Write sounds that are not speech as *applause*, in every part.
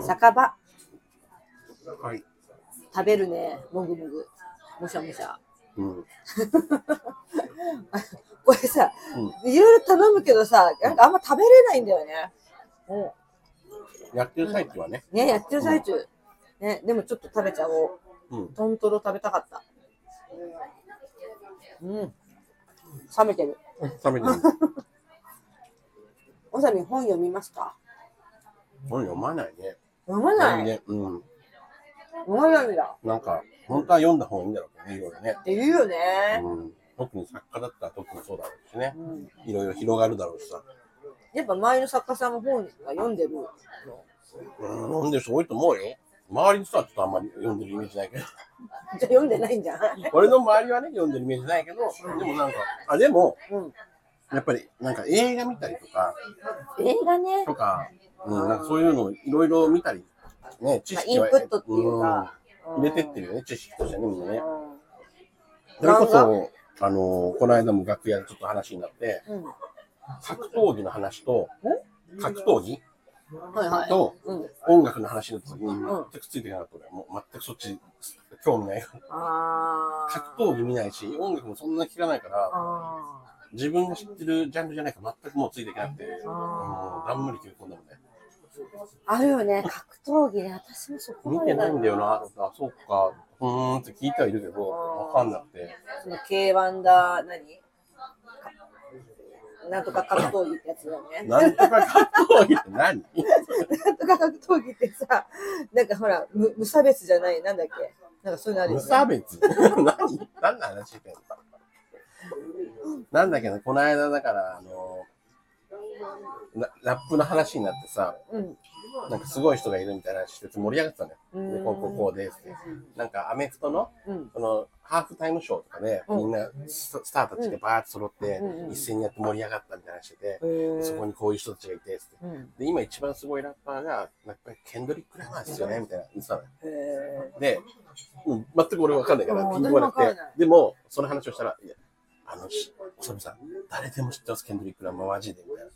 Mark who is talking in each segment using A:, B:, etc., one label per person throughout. A: 酒場。
B: はい。
A: 食べるね。もぐもぐ。もしゃもしゃ。
B: うん。
A: これさ、
B: う
A: いろいろ頼むけどさ、なんかあんま食べれないんだよね。う
B: やってる最中はね。
A: んね、やってる最中。ね、でもちょっと食べちゃおう。
B: うん。
A: トントロ食べたかった。うん。冷めてる。
B: 食べてる。
A: おさみ本読みますか
B: 本読まないね。
A: 読まない。
B: ね。うん。
A: 読まないんだ。
B: なんか、本当は読んだ方がいいんだろうけどね、いろいろね
A: っ。て言うよね。
B: うん。特に作家だったら特にそうだろうしね
A: う。ん。
B: いろいろ広がるだろうしさ。
A: やっぱ前の作家さんも本が読んでるの。
B: うん、読んでる人多いと思うよ。周りの人はちょっとあんまり読んでるイメージないけど。 *laughs*
A: じゃ読んでないんじゃない
B: 俺の周りはね、読んでるイメージないけど、でもなんか、あ、でも、
A: うん。
B: やっぱり、なんか映画見たりとか、
A: 映画ね。
B: とか、うん、なんかそういうのをいろいろ見たり、ね、知識は、
A: まあインプットっていうか
B: うん入れてってるよね、知識としてね、みんな
A: う
B: ね。
A: ん。
B: それこそ、あの、この間も楽屋でちょっと話になって、
A: うん。
B: 格闘技の話と、格闘技
A: はいはい。
B: と
A: うん。
B: 音楽の話の時に
A: ん
B: 全くついていかなかった俺もう全くそっち、興味ない。
A: あー
B: 格闘技見ないし、音楽もそんな聞かないから、
A: あ
B: 自分が知ってるジャンルじゃないから全くもうついていけなくて、
A: ー。
B: もう
A: あ
B: だ
A: ー
B: んまり切り込んだもんね。
A: あるよね。格闘技ね。私もそこ
B: 見
A: ま
B: て
A: で
B: ないんだよな、とか、そうか、うーんって聞いてはいるけど、わかんなくて。
A: その K1 だ、何なんとか格闘技ってやつだよね。
B: なんとか格闘技って何
A: なんとか格闘技ってさ、なんかほら、無無差別じゃない、なんだっけなんかそういうのあるよ
B: 無
A: ね。
B: 差別 *laughs* 何何の話してんのなんだけど、この間だから、あの、ララップの話になってさ、
A: うん。
B: なんかすごい人がいるみたいな話してて盛り上がってたのよ。
A: うん
B: で、こうこうこうですって。なんかアメフトの、
A: うん。
B: この、ハーフタイムショーとかで、
A: うん
B: みんなススターたちがバーッと揃って
A: うんう、ん
B: 一斉にやって盛り上がったみたいな話してて、そこ
A: う
B: にこういう人たちがいて、つって。
A: ん。
B: で、今一番すごいラッパーが、やっぱりケンドリック・ラマーですよね、みたいな言ってたのよ。
A: へえ。
B: で、うん、全く俺分かんないから、
A: うん
B: 聞いてもらっ
A: 私も分
B: て
A: かんない、
B: でも、その話をしたら、いや、あの、しおさみさん、誰でも知ってます、ケンドリック・ラマー、マジで、みたいな。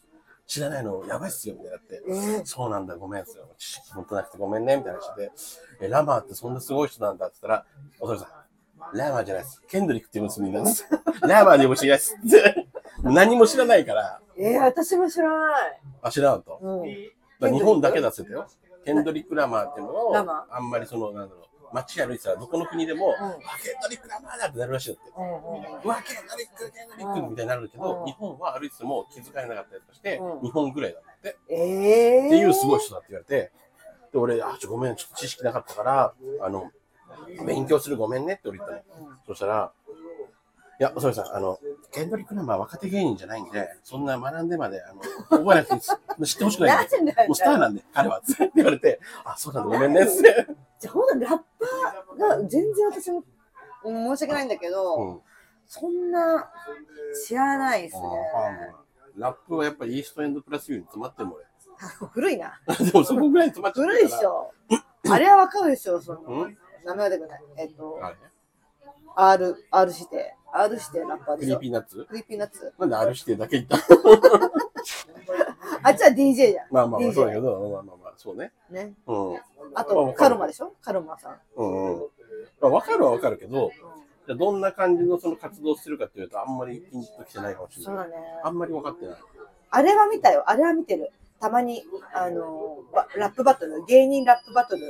B: 知らないの、やばいっすよ、みたいなって。
A: えー
B: そうなんだ、ごめんっすよ。知識持ってなくてごめんね、みたいな話で。え、ラマーってそんなすごい人なんだって言ったら、おさみさん、ラマーじゃないです。ケンドリックっていう娘
A: *laughs*
B: なんです。ラマーでも知りないです。って何も知らないから、
A: えー、私も知らない。
B: あ、知らんと。
A: うん。
B: だから日本だけだっつってたよ。ケンドリック・ラマーっていうの
A: ラマ
B: を、あんまりその、なんだろう、街歩いてたらどこの国でも、
A: うん
B: わケンドリック・ラマーだってなるらしいんだって。
A: うん
B: うわ、ケンドリック、ケンドリックみたいになるけど、
A: うん
B: 日本は歩いてても気づかれなかったりとかして、
A: うん
B: 日本ぐらいだって。っ
A: えー。
B: ていうすごい人だって言われて、で、俺、あ、ちょ、ごめん、ちょっと知識なかったから、あの、勉強するごめんねって俺言ったの。そしたら、いや、それさん、あの、ケンドリック・ラマーは若手芸人じゃないんで、そんな学んでまで、あの、覚えなくていいです。知ってほしくないんで。
A: なんだよ
B: もうスターなんで、彼は。つ *laughs* って言われて、あ、そうなんだ、ごめんね。つって。
A: じゃあほんとラッパーが全然私もうん申し訳ないんだけど、
B: うん。
A: そんな知らないですね。
B: ラップはやっぱりイーストエンドプラスユーに詰まってるもん俺。 *laughs*
A: 古いな。
B: でもそこぐらいに詰まっちゃって
A: 古いっしょ。あれはわかるでしょ、その。
B: うん
A: 名前は出てこない。えっと、
B: あれ
A: R、R 指定。R 指定ラッパー
B: ク
A: でし
B: リー
A: ょ。
B: ピーナッツ
A: クリーピーナッツ。
B: なんで R 指定だけ言った
A: あっちは DJ じゃん。
B: まあまあま
A: DJ
B: あ、そうだけど、まあまあまあ、そうね。
A: ね。
B: うん。うん
A: あ
B: まあ
A: と
B: わ、かる
A: カルマでしょカルマさん。
B: うん。まあ、わかるはわかるけど、じゃあどんな感じのその活動してるかっていうと、あんまりピンときてないかもしれ
A: そう
B: ない。
A: だね。
B: あんまり分かってない。
A: あれは見たよ。あれは見てる。たまに、あの、ばラップバトル、芸人ラップバトル、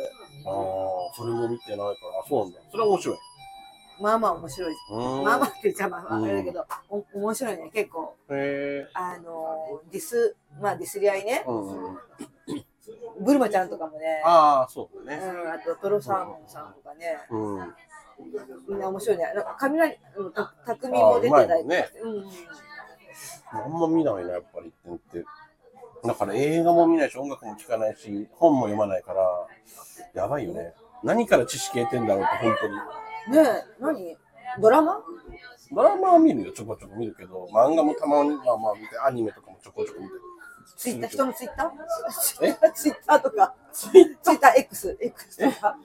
B: ああ、それも見てないから、あそうなんだ。それは面白い。
A: まあまあ面白いです。
B: うーん
A: まあまあって言っちゃまあまあ
B: うん
A: あれだけど、お面白いね。結構、
B: へえ。
A: あの、ディス、まあディスり合いね。
B: うんうんうん。
A: ブルマちゃんとかもね。
B: ああ、そうだ
A: うん、
B: ね。
A: あと、トロサーモンさんとかね。
B: うん。
A: みんな面白いね。あの雷のた匠も出てたりとかしてうんうん。
B: あんま見ないな、やっぱりってって。だから映画も見ないし、音楽も聴かないし、本も読まないから、やばいよね。何から知識得てんだろうって、本当に。
A: ねえ、何ドラマ
B: ドラマは見るよ、ちょこちょこ見るけど、漫画もたまに、まあまあ見て、アニメとかもちょこちょこ見て。
A: ツイッター、人のツイッタ
B: え
A: ー *laughs* ツイッターとか、ツイッター X、X とか、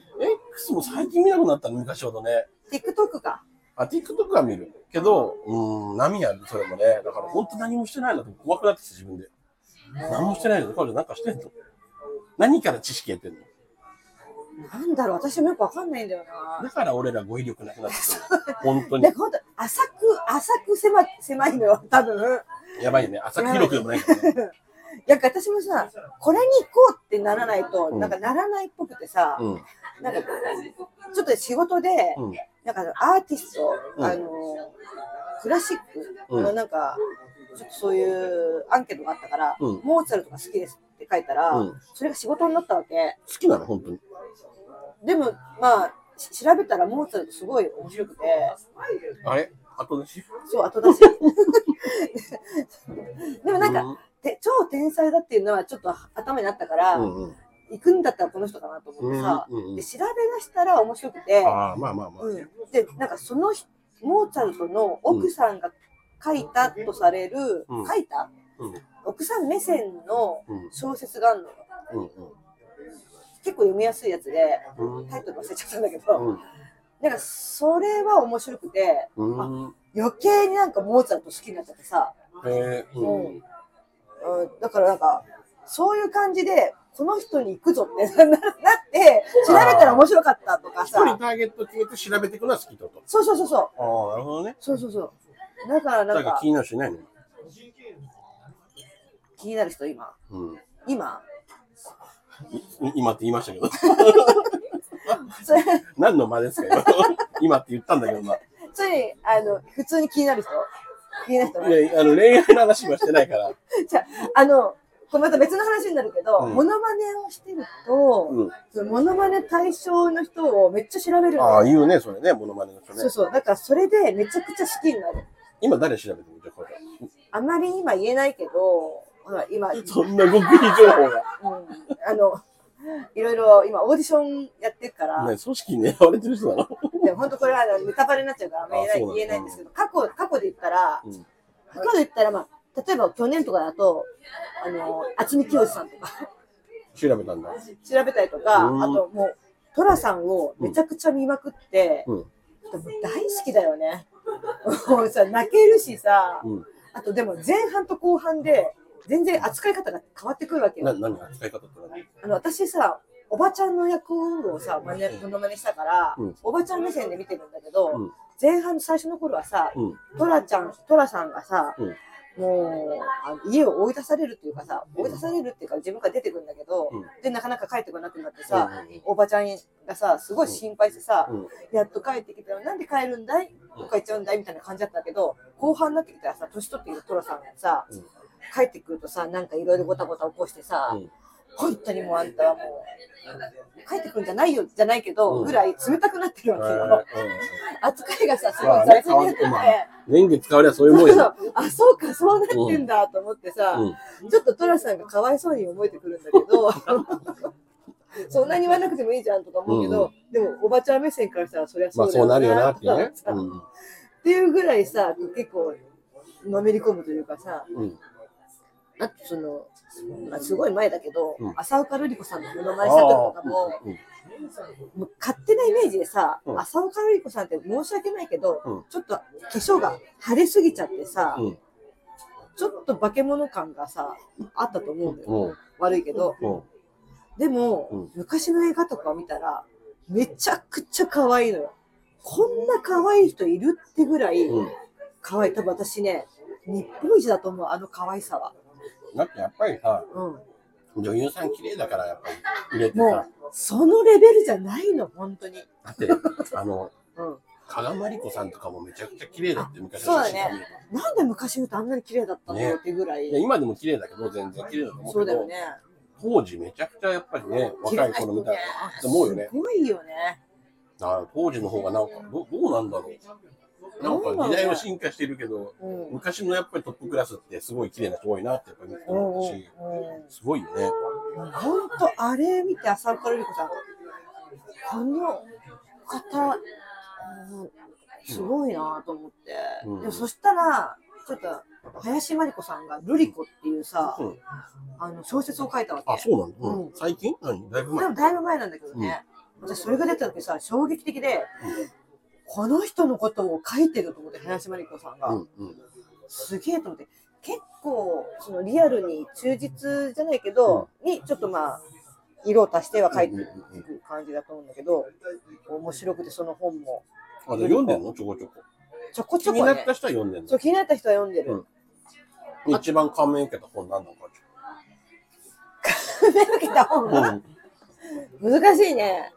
B: X も最近見なくなったの、昔ほどね。
A: TikTok か。
B: あ、TikTok は見る。けど、うーん、波ある、それもね。だから本当何もしてないなと怖くなってきて、自分で。何もしてないのに、彼女なんかしてんの何から知識やってんの
A: なんだろう、私もよくわかんないんだよな。
B: だから俺ら語彙力なくなってくる。本当に
A: なん。か本当浅く、浅く狭狭いのよ、多分。
B: やばいよね。浅く広くでもないからね。
A: なんか私もさ、これに行こうってならないと、
B: うん
A: なんかならないっぽくてさ、
B: うん。
A: なんか、ちょっと仕事で、
B: うん。
A: なんかあのアーティスト、
B: うん
A: あの、クラシックのなんか、ちょっとそういうアンケートがあったから、
B: うん
A: モーツァルトが好きですって書いたら、
B: うん
A: それが仕事になったわけ。
B: 好きなの本当に。
A: でも、まあ、し調べたらモーツァルトすごい面白くて、
B: あれ後出し
A: そう、後
B: *laughs*
A: 出し。でもなんか、て超天才だっていうのはちょっと頭にあったから、
B: うんうん
A: 行くんだったらこの人かなと思っ
B: う
A: て
B: ん。
A: さ、
B: うんうん
A: で調べ出したら面白くて、
B: ああ、まあまあまあ。
A: うん、でなんかその人モーツァルトの奥さんが書いたとされる、
B: うん
A: 書いた
B: うん。
A: 奥さん目線の
B: うん。
A: 小説があるの
B: うん。
A: 結構読みやすいやつで
B: うん。
A: タイトル忘れちゃったんだけど、
B: うん
A: なんかそれは面白くて
B: うん。うん。
A: 余計になんかモーツァルト好きになっちゃってさ、
B: えー、うん。
A: うん、だからなんかそういう感じでこの人に行くぞってなって調べたら面白かったとか
B: 一人
A: さ
B: ターゲット決めて調べていくのは好きだと。
A: そうそうそうそう
B: ああ、なるほどね。
A: そうそうそうだからな
B: だ
A: ん
B: から
A: か
B: 気になるしないの。
A: 気になる人今
B: うん。
A: 今 *laughs*
B: い今って言いましたけど。
A: それ
B: 何の間ですか *laughs* 今今って言ったんだけどな。
A: ついあの普通に気になる人気になる人ね
B: いや、あの恋愛の話はしてないから。
A: じゃああのこれまた別の話になるけど、
B: うん
A: モノマネをしてると、
B: うん。
A: そのモノマネ対象の人をめっちゃ調べるの
B: ああ、言うね、それね、モノマネの人ね
A: そう。そうだからそれでめちゃくちゃ好きになる
B: 今誰調べてみてこ
A: あまり今言えないけどほら今、うん、
B: れ。そんな極秘情報が。
A: あのいろいろ今オーディションやってるから、
B: ね、組織に狙われてる人なの
A: でも本当これはあのネタバレになっちゃうからあんま言えな
B: あそう
A: い
B: なんだ
A: 言えないんですけど過去過去で言ったら、
B: うん
A: 過去で言ったら、まあ、例えば去年とかだとあの渥美清さんとか
B: 調べたんだ。
A: 調べたりとか、
B: うん
A: あともう、トラさんをめちゃくちゃ見まくって、
B: うん
A: でも大好きだよね。もうさ、泣けるしさ、
B: うん。
A: あとでも前半と後半で、全然扱い方が変わってくるわけ
B: な、
A: よ。
B: 何が扱い方って何
A: あの、私さ、おばちゃんの役をさ、まね、ものまねしたから、
B: うん
A: おばちゃん目線で見てるんだけど、
B: うん
A: 前半の最初の頃はさ、
B: うん。
A: トラちゃん、トラさんがさ、
B: うん
A: もうあの家を追い出されるっていうかさ、追い出されるっていうか自分から出てくるんだけど、
B: うん
A: で、なかなか帰ってこなくなってさ、
B: うん
A: おばちゃんがさ、すごい心配してさ、
B: うん
A: やっと帰ってきたよ、なんで帰るんだいとか言っちゃうんだいみたいな感じだったけど、後半になってきたらさ、年取っているトラさんがさ、
B: うん
A: 帰ってくるとさ、なんかいろいろごたごた起こしてさ、
B: うん
A: 本当にもうあんたはもう、帰ってくるんじゃないよじゃないけど、
B: うん
A: ぐらい冷たくなってるわけよ。
B: えーうん
A: 扱いがさ、すご
B: ま
A: い
B: あね
A: 雑になってて、
B: 変わって年月変わりゃそういうもんや
A: そ
B: な
A: う *laughs* そうあ、そうか、そうなってんだと思ってさ、
B: うん
A: ちょっとトラさんがかわいそうに思えてくるんだけど、
B: *laughs*
A: そんなに言わなくてもいいじゃんとか思うけど、でもおばちゃん目線からしたらそりゃ
B: ま
A: そ
B: あ
A: うだ
B: そう
A: よ
B: な
A: な
B: るよなっていうね
A: と。か
B: う
A: さ
B: ん。
A: っていうぐらいさ、結構のめり込むというかさ、
B: うん。
A: あとその、まあ、すごい前だけど、
B: うん
A: 浅岡瑠璃子さんのものまねした時とかも、
B: うん
A: もう勝手なイメージでさ、
B: うん
A: 浅岡瑠璃子さんって申し訳ないけど、
B: うん
A: ちょっと化粧が腫れすぎちゃってさ、
B: うん
A: ちょっと化け物感がさ、あったと思うんだよ。
B: うん。
A: 悪いけど。
B: うん。
A: でも、
B: うん
A: 昔の映画とか見たら、めちゃくちゃ可愛いのよ。こんな可愛い人いるってぐらい、
B: うん。
A: 可愛い。多分私ね、日本一だと思う、あの可愛さは。
B: だってやっぱりさ、
A: うん。
B: 女優さん綺麗だからやっぱり入れて
A: も
B: さ
A: う、、そのレベルじゃないの、本当に。
B: だって、あの、
A: うん。
B: 加賀まりこさんとかもめちゃくちゃ綺麗だって昔
A: そう
B: の
A: だ
B: 写
A: ね
B: 真見ると
A: なんで昔の人あんなに綺麗だったんだろうってぐらい。
B: いや今でも綺麗だけど、全然綺麗だと思う
A: そ
B: けど、
A: うだよね。
B: 当時めちゃくちゃやっぱりね、
A: 綺麗
B: 若い
A: な人
B: 頃みたい
A: ね
B: な。と思うよね
A: すごいよね。
B: だから当時の方がなんかど、どうなんだろう。なんか時代は進化してるけど、
A: うん。うん
B: 昔のやっぱりトップクラスってすごい綺麗な人多いなってやっぱり思ったし、
A: うん
B: すごいよね。
A: 本当あれ見て浅岡瑠璃子さんこの方うんすごいなと思って、
B: うん
A: でもそしたらちょっと林真理子さんが「瑠璃子」っていうさ、
B: うん
A: あの小説を書いたわ
B: あ、
A: け
B: そうなんだ。う
A: うん
B: ん、最近何だいぶ
A: で
B: 前。
A: もだいぶ前なんだけどね、私それが出た時さ衝撃的で、
B: う
A: この人のことを書いてると思って林真理子さんが、
B: うんうん
A: すげえと思って結構そのリアルに忠実じゃないけど、にちょっとまあ色を足しては書いて
B: うん
A: いうく感じだと思うんだけど、面白くてその本も
B: あで読んでんのちょこちょこ。
A: ちょこち
B: 気
A: ょ
B: に
A: こ
B: な
A: ね
B: った人は読んでん
A: そう
B: の。
A: 気になった人は読んでる、
B: うん一番感銘受けた本なんだろうか。
A: 受けた本が
B: う
A: 難しいね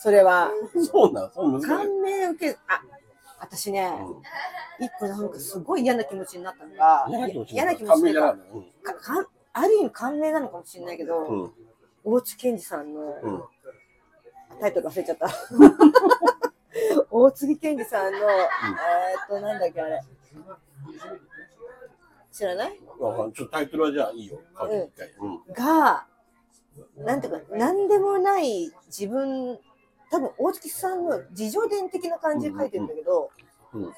A: それは
B: ん、そうなん、そう難しい。
A: 感銘受けあ私ね、
B: うん
A: 一個なんかすごい嫌な気持ちになったのが
B: 嫌な気持ち
A: 嫌な気持
B: 感
A: ち
B: 銘
A: に
B: じ
A: な
B: ゃな
A: っ
B: いの。うん
A: たかかんある意味感銘なのかもしれないけど、
B: うん、
A: 大津健二さんの
B: うん、
A: タイトル忘れちゃ
B: *laughs*
A: った。大杉健二さんの、えーっと、なんだっけ、あれ。知らない
B: わかんちょっとタイトルはじゃあいいよ。書いて一回うん、
A: が、なんていうか、なんでもない自分、多分大月さんの自叙伝的な感じで書いてるんだけど、
B: うん、
A: まあ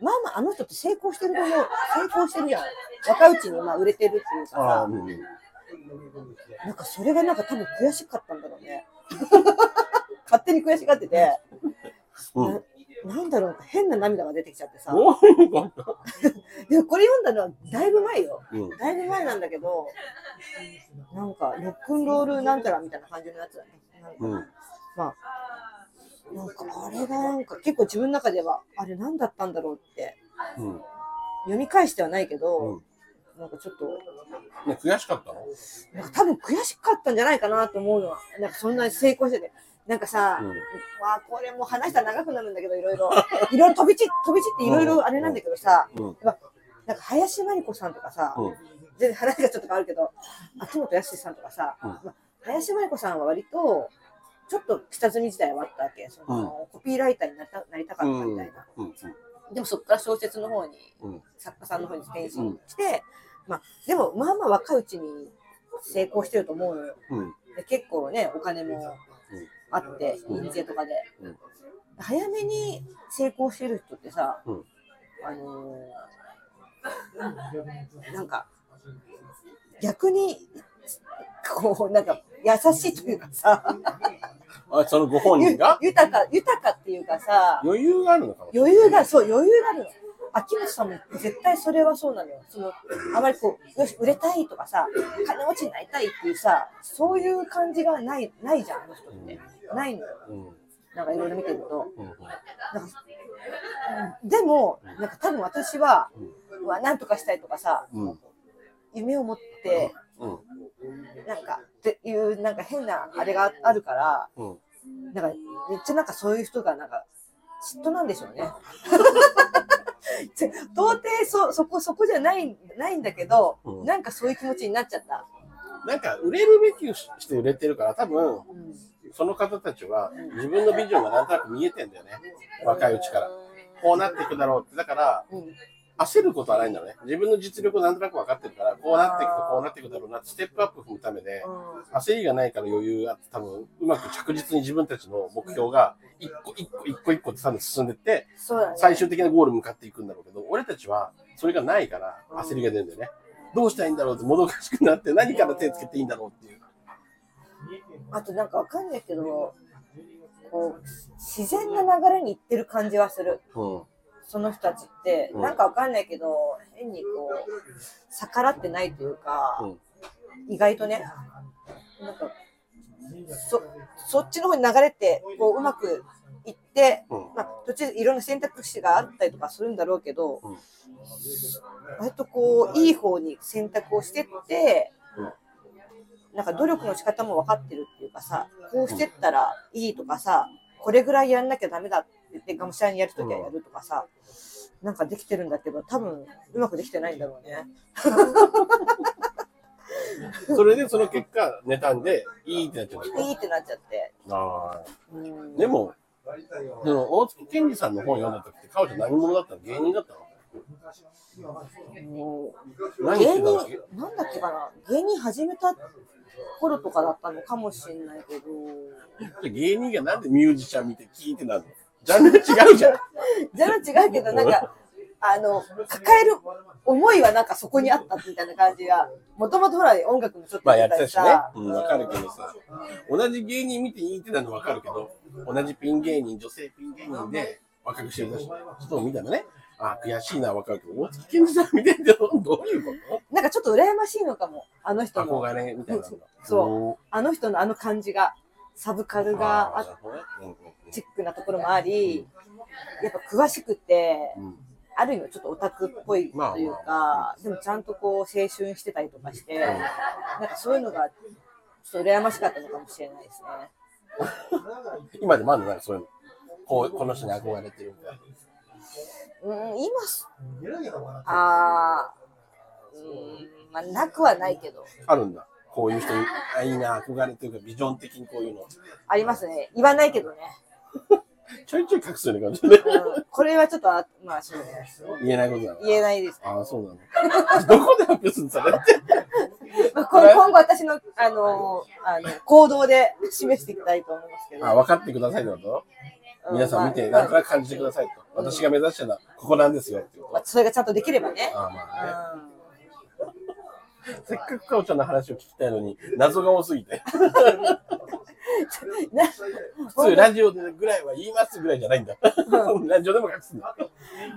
A: まあ、あの人って成功してると思う。成功してるじゃん。若いうちにまあ売れてるっていうか
B: ああ、
A: さ
B: う、ん、うん
A: なんかそれがなんか多分悔しかったんだろう
B: *laughs*
A: ね。勝手に悔しがってて、
B: うん、
A: なんだろう、変な涙が出てきちゃってさ。
B: どういうこと。
A: でもこれ読んだのはだいぶ前よ。
B: うん、
A: だいぶ前なんだけど、なんかロックンロールなんたらみたいな感じのやつだね。なんか
B: うん、
A: なんかあれがなんか結構自分の中ではあれ何だったんだろうって
B: うん、
A: 読み返してはないけど、
B: う
A: なんかちょっと
B: ん、ね、悔しかったの。
A: なんか多分悔しかったんじゃないかなと思うのはなんかそんなに成功してて。なんかさ、
B: うん
A: わあこれもう話したら長くなるんだけどいろいろいろいろ飛び散飛び散っていろいろあれなんだけどさ、
B: うん
A: やっぱなんか林真理子さんとかさ、
B: うん
A: 全然話がちょっと変わるけど、秋元康さんとかさ、
B: うん
A: まあ林真理子さんは割と、ちょっと下積み時代はあったわけ、そのコピーライターになったなりたかったみたいな、
B: うん、
A: でもそこから小説の方に、
B: うん
A: 作家さんの方に転身して、まあ、でもまあまあ若いうちに成功してると思うのよ。
B: うん、
A: で結構ね、お金もあって、
B: うん
A: 印税とかで、
B: うん
A: 早めに成功してる人ってさ、
B: うん
A: あのーなんか、逆に、こう、なんか、優しいというかさ、
B: あ、そのご本人
A: ゆ
B: が。
A: 豊か、豊かっていうかさ、
B: 余裕があるのかもしれない。
A: 余裕が、そう、余裕があるの。秋元さんも絶対それはそうなのよ。その、あまりこう、よし、売れたいとかさ、金持ちになりたいっていうさ、そういう感じがない、ないじゃん、あの人って。ないのよ。
B: うん、
A: なんかいろいろ見てると。
B: うん、
A: なんかでも、なんか多分私は、うわ、なんとかしたいとかさ、
B: うん、うん
A: 夢を持って、
B: うん、
A: なんか、っていう、なんか変なあれがあるから、
B: うん。
A: なんか、めっちゃなんかそういう人が、なんか、嫉妬なんでしょうね。 *laughs* ち到底そ、そこ、そこじゃない、ないんだけど、
B: うん
A: なんかそういう気持ちになっちゃった。
B: なんか売れるべきして売れてるから、多分
A: うん
B: その方たちは自分のビジョンがなんとなく見えてんだよね。若いうちから。こうなっていくだろうって、だから
A: うん。
B: 焦ることはないんだね。自分の実力をなんとなく分かってるから、こうなっていくとこうなっていくだろうなって、ステップアップ踏むためで、焦りがないから余裕があって、多分うまく着実に自分たちの目標が一個一個一個一個って多分進んでって、
A: そうだね。
B: 最終的なゴールに向かっていくんだろうけど、俺たちはそれがないから焦りが出るんだよね。どうしたらいいんだろうってもどかしくなって、何から手つけていいんだろうっていう。
A: あとなんかわかんないけど、こう、自然な流れに行ってる感じはする。
B: うん
A: その人たちって、
B: うん
A: なんかわかんないけど、変にこう、逆らってないというか、
B: うん
A: 意外とね、なんか、そ、そっちの方に流れて、こう、うまくいって、
B: うん
A: まあ、途中いろんな選択肢があったりとかするんだろうけど、
B: うん
A: 割とこう、いい方に選択をしてって、
B: うん
A: なんか努力の仕方も分かってるっていうかさ、こうしてったらいいとかさ、これぐらいやんなきゃダメだって言って、がむしゃらにやるときはやるとかさ、なんかできてるんだけど、多分うまくできてないんだろうね。
B: それでその結果、妬んで、いいってなっちゃ
A: いいってなっちゃって。
B: う。あ
A: うん
B: でも、その大月健二さんの本読んだ時って、彼女何者だったの芸人だったの
A: もう
B: 何して
A: 芸
B: たの
A: 人、なんだっけかな、芸人始めた頃とかだったのかもしれないけど、
B: 芸人がなんでミュージシャン見て聞いてなるのジャンル違うじゃん。
A: じゃあ違うけど、なんか、あの、抱える思いはなんかそこにあったみたいな感じが、もともとほら、音楽もちょっと
B: まあや
A: や
B: ってた
A: り
B: しね。うん、わかるけ
A: ど。
B: どさ。同じ芸人見ていいってなるのわかるけど、同じピン芸人、女性ピン芸人で若くしてる人を見たらね、あ、悔しいな、わかるけど、大月健二さん見てて、どういうこ
A: なんかちょっと羨ましいのかも。あの
B: と
A: 人の、
B: 憧れみたいなのが。
A: そあの人のあの感じが、サブカ
B: う
A: ルがアーチックなところもあり、やっぱ詳しくて、ある意味ちょっとオタクっぽいというか、でもちゃんとこう青春してたりとかして、なんかそういうのがちょっと羨ましかったのかもしれないですね。
B: 今でまだなんかそういうの。こうこの人に憧れてるみたいな。
A: うん、今す、あー、うん、まあなくはないけど、
B: あるんだ。こういう人に、あいいな、憧れというか、ビジョン的にこういうの。
A: ありますね。言わないけどね。
B: ちょいちょい隠すような感じで。
A: うん、これはちょっとあ、まあそうです
B: 言えないことだな。
A: 言えないです。
B: ああ、そうなの。ど *laughs* こで発表するんですかね
A: まあ、こ今後私の、あの、あの行動で示していきたいと思いますけど。
B: あ、分かってくださいってこと
A: う
B: 皆さん見て、
A: まあ
B: なんとなく感じてくださいと。私が目指してるのは、ここなんですよっていう
A: ま
B: こ
A: あそれがちゃんとできればね
B: と。。ああ、まあね。
A: うん
B: せっかくかおちゃんの話を聞きたいのに、謎が多すぎて。
A: な
B: 普通、ラジオでぐらいは言いますぐらいじゃないんだ。ラジオでも隠すんだ。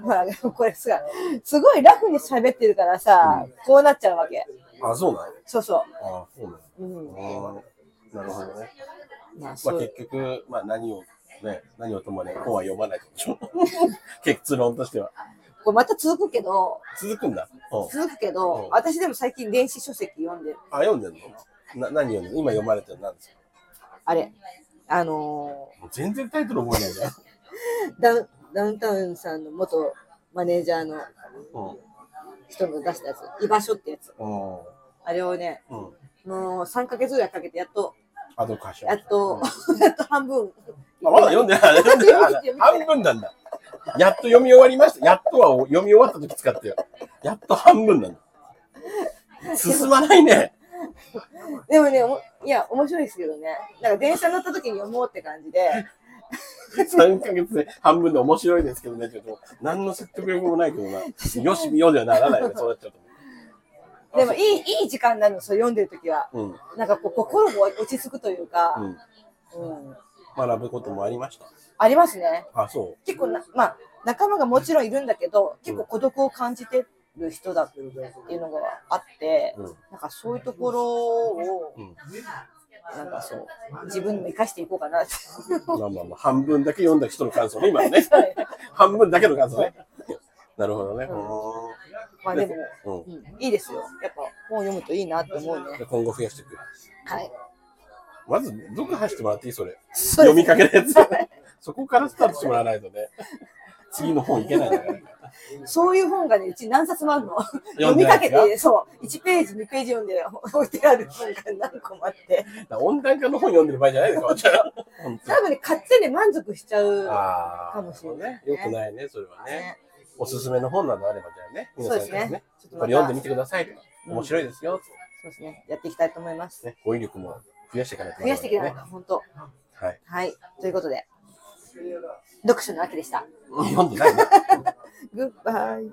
A: ほら、これさ、すごいラフに喋ってるからさ、こうなっちゃうわけ。
B: あ、そうなの
A: そうそ
B: あそうなの
A: う。うん。
B: あーなるほどね。
A: まあ、
B: まあ、
A: そう
B: 結。局、まあ、何を、ね、何をともね、本は読まないでしょ。 *laughs* 結論としては。
A: これまた続くけど、
B: 続くんだ。うん、
A: 続くけ
B: うん
A: ど、私でも最近電子書籍読んでる。
B: あ、読んでんのな何読んでんの今読まれてるの何ですか
A: あれ、あの
B: もう全然タイトル覚えないじゃん。
A: ーダウン、ダウンタウンさんの元マネージャーの
B: うん。
A: 人の出したやつ、居場所ってやつ。
B: うん。
A: あれをね、
B: うん。
A: もう3ヶ月ぐらいかけて、やっと、
B: あと歌唱。
A: や
B: あ
A: っ、と、 *laughs* やっと半分。
B: まだ読んでない。読んでない
A: 読んでない
B: 半分なんだ。やっと読み終わりました。やっとは読み終わった時使ってよ。やっと半分なんだ。進まないね。
A: でもね、おもいや、面白いですけどね。なんか電車乗った時に読もうって感じで。
B: 3ヶ月で半分で面白いですけどね。ちょっと何の説得力もないけどな。よし、見ようではならないよね。そうなっちゃうと。
A: でもいい、いい時間になるの、そう読んでるときは。
B: うん。
A: なんかこう、心も落ち着くという
B: う
A: か、
B: ん。
A: うん。
B: 学ぶこともありました。
A: ありますね。
B: あ、そ
A: 結構な、まあ、仲間がもちろんいるんだけど、結構孤独を感じてる人だっていうのがあって
B: う。、うん。
A: なんかそういうところを
B: うん、
A: なんかそう、自分にも生かしていこうかなって。
B: まあまあまあ、半分だけ読んだ人の感想ね、今のね。半分だけの感想ね。なるほどね。
A: まあでも、
B: うんうん
A: うんいいですよ。やっぱ本読むといいなって思うね。
B: で今後増やしていく。
A: はい。
B: まず、どこ走ってもらっていいそれ。
A: *laughs* そう
B: 読
A: で
B: み
A: す
B: かけのや
A: *laughs*
B: つ。そこからスタートしてもらわないとね。次の本いけないんだから。
A: そういう本がね、うち何冊もあるの。
B: 読
A: *laughs* 読
B: んで
A: み
B: な
A: か
B: いで
A: け
B: すか
A: て、そう、1ページ、2ページ読んで置いてある本が *laughs* 何個もあって、
B: だから温暖化の本読んでる場合じゃないですか、お茶。本当
A: 多分ね、買ってね、満足しちゃう。
B: ああ。
A: かもしれない
B: よくないね、それはね。
A: ね、
B: おすすめの本などあればじゃあね、皆さんから
A: そうです
B: ね、
A: ちょっと
B: こ
A: ま
B: れ
A: た
B: 読んでみてくださいとか、面白いですよ、
A: そうですね、やっていきたいと思います。
B: ね、語彙力も増やしていかないと
A: 増やしていきたい
B: ね。
A: な、本当。
B: はい。
A: はい、ということで、読書の秋でした。
B: *laughs* 読んでないね。
A: グッバイ。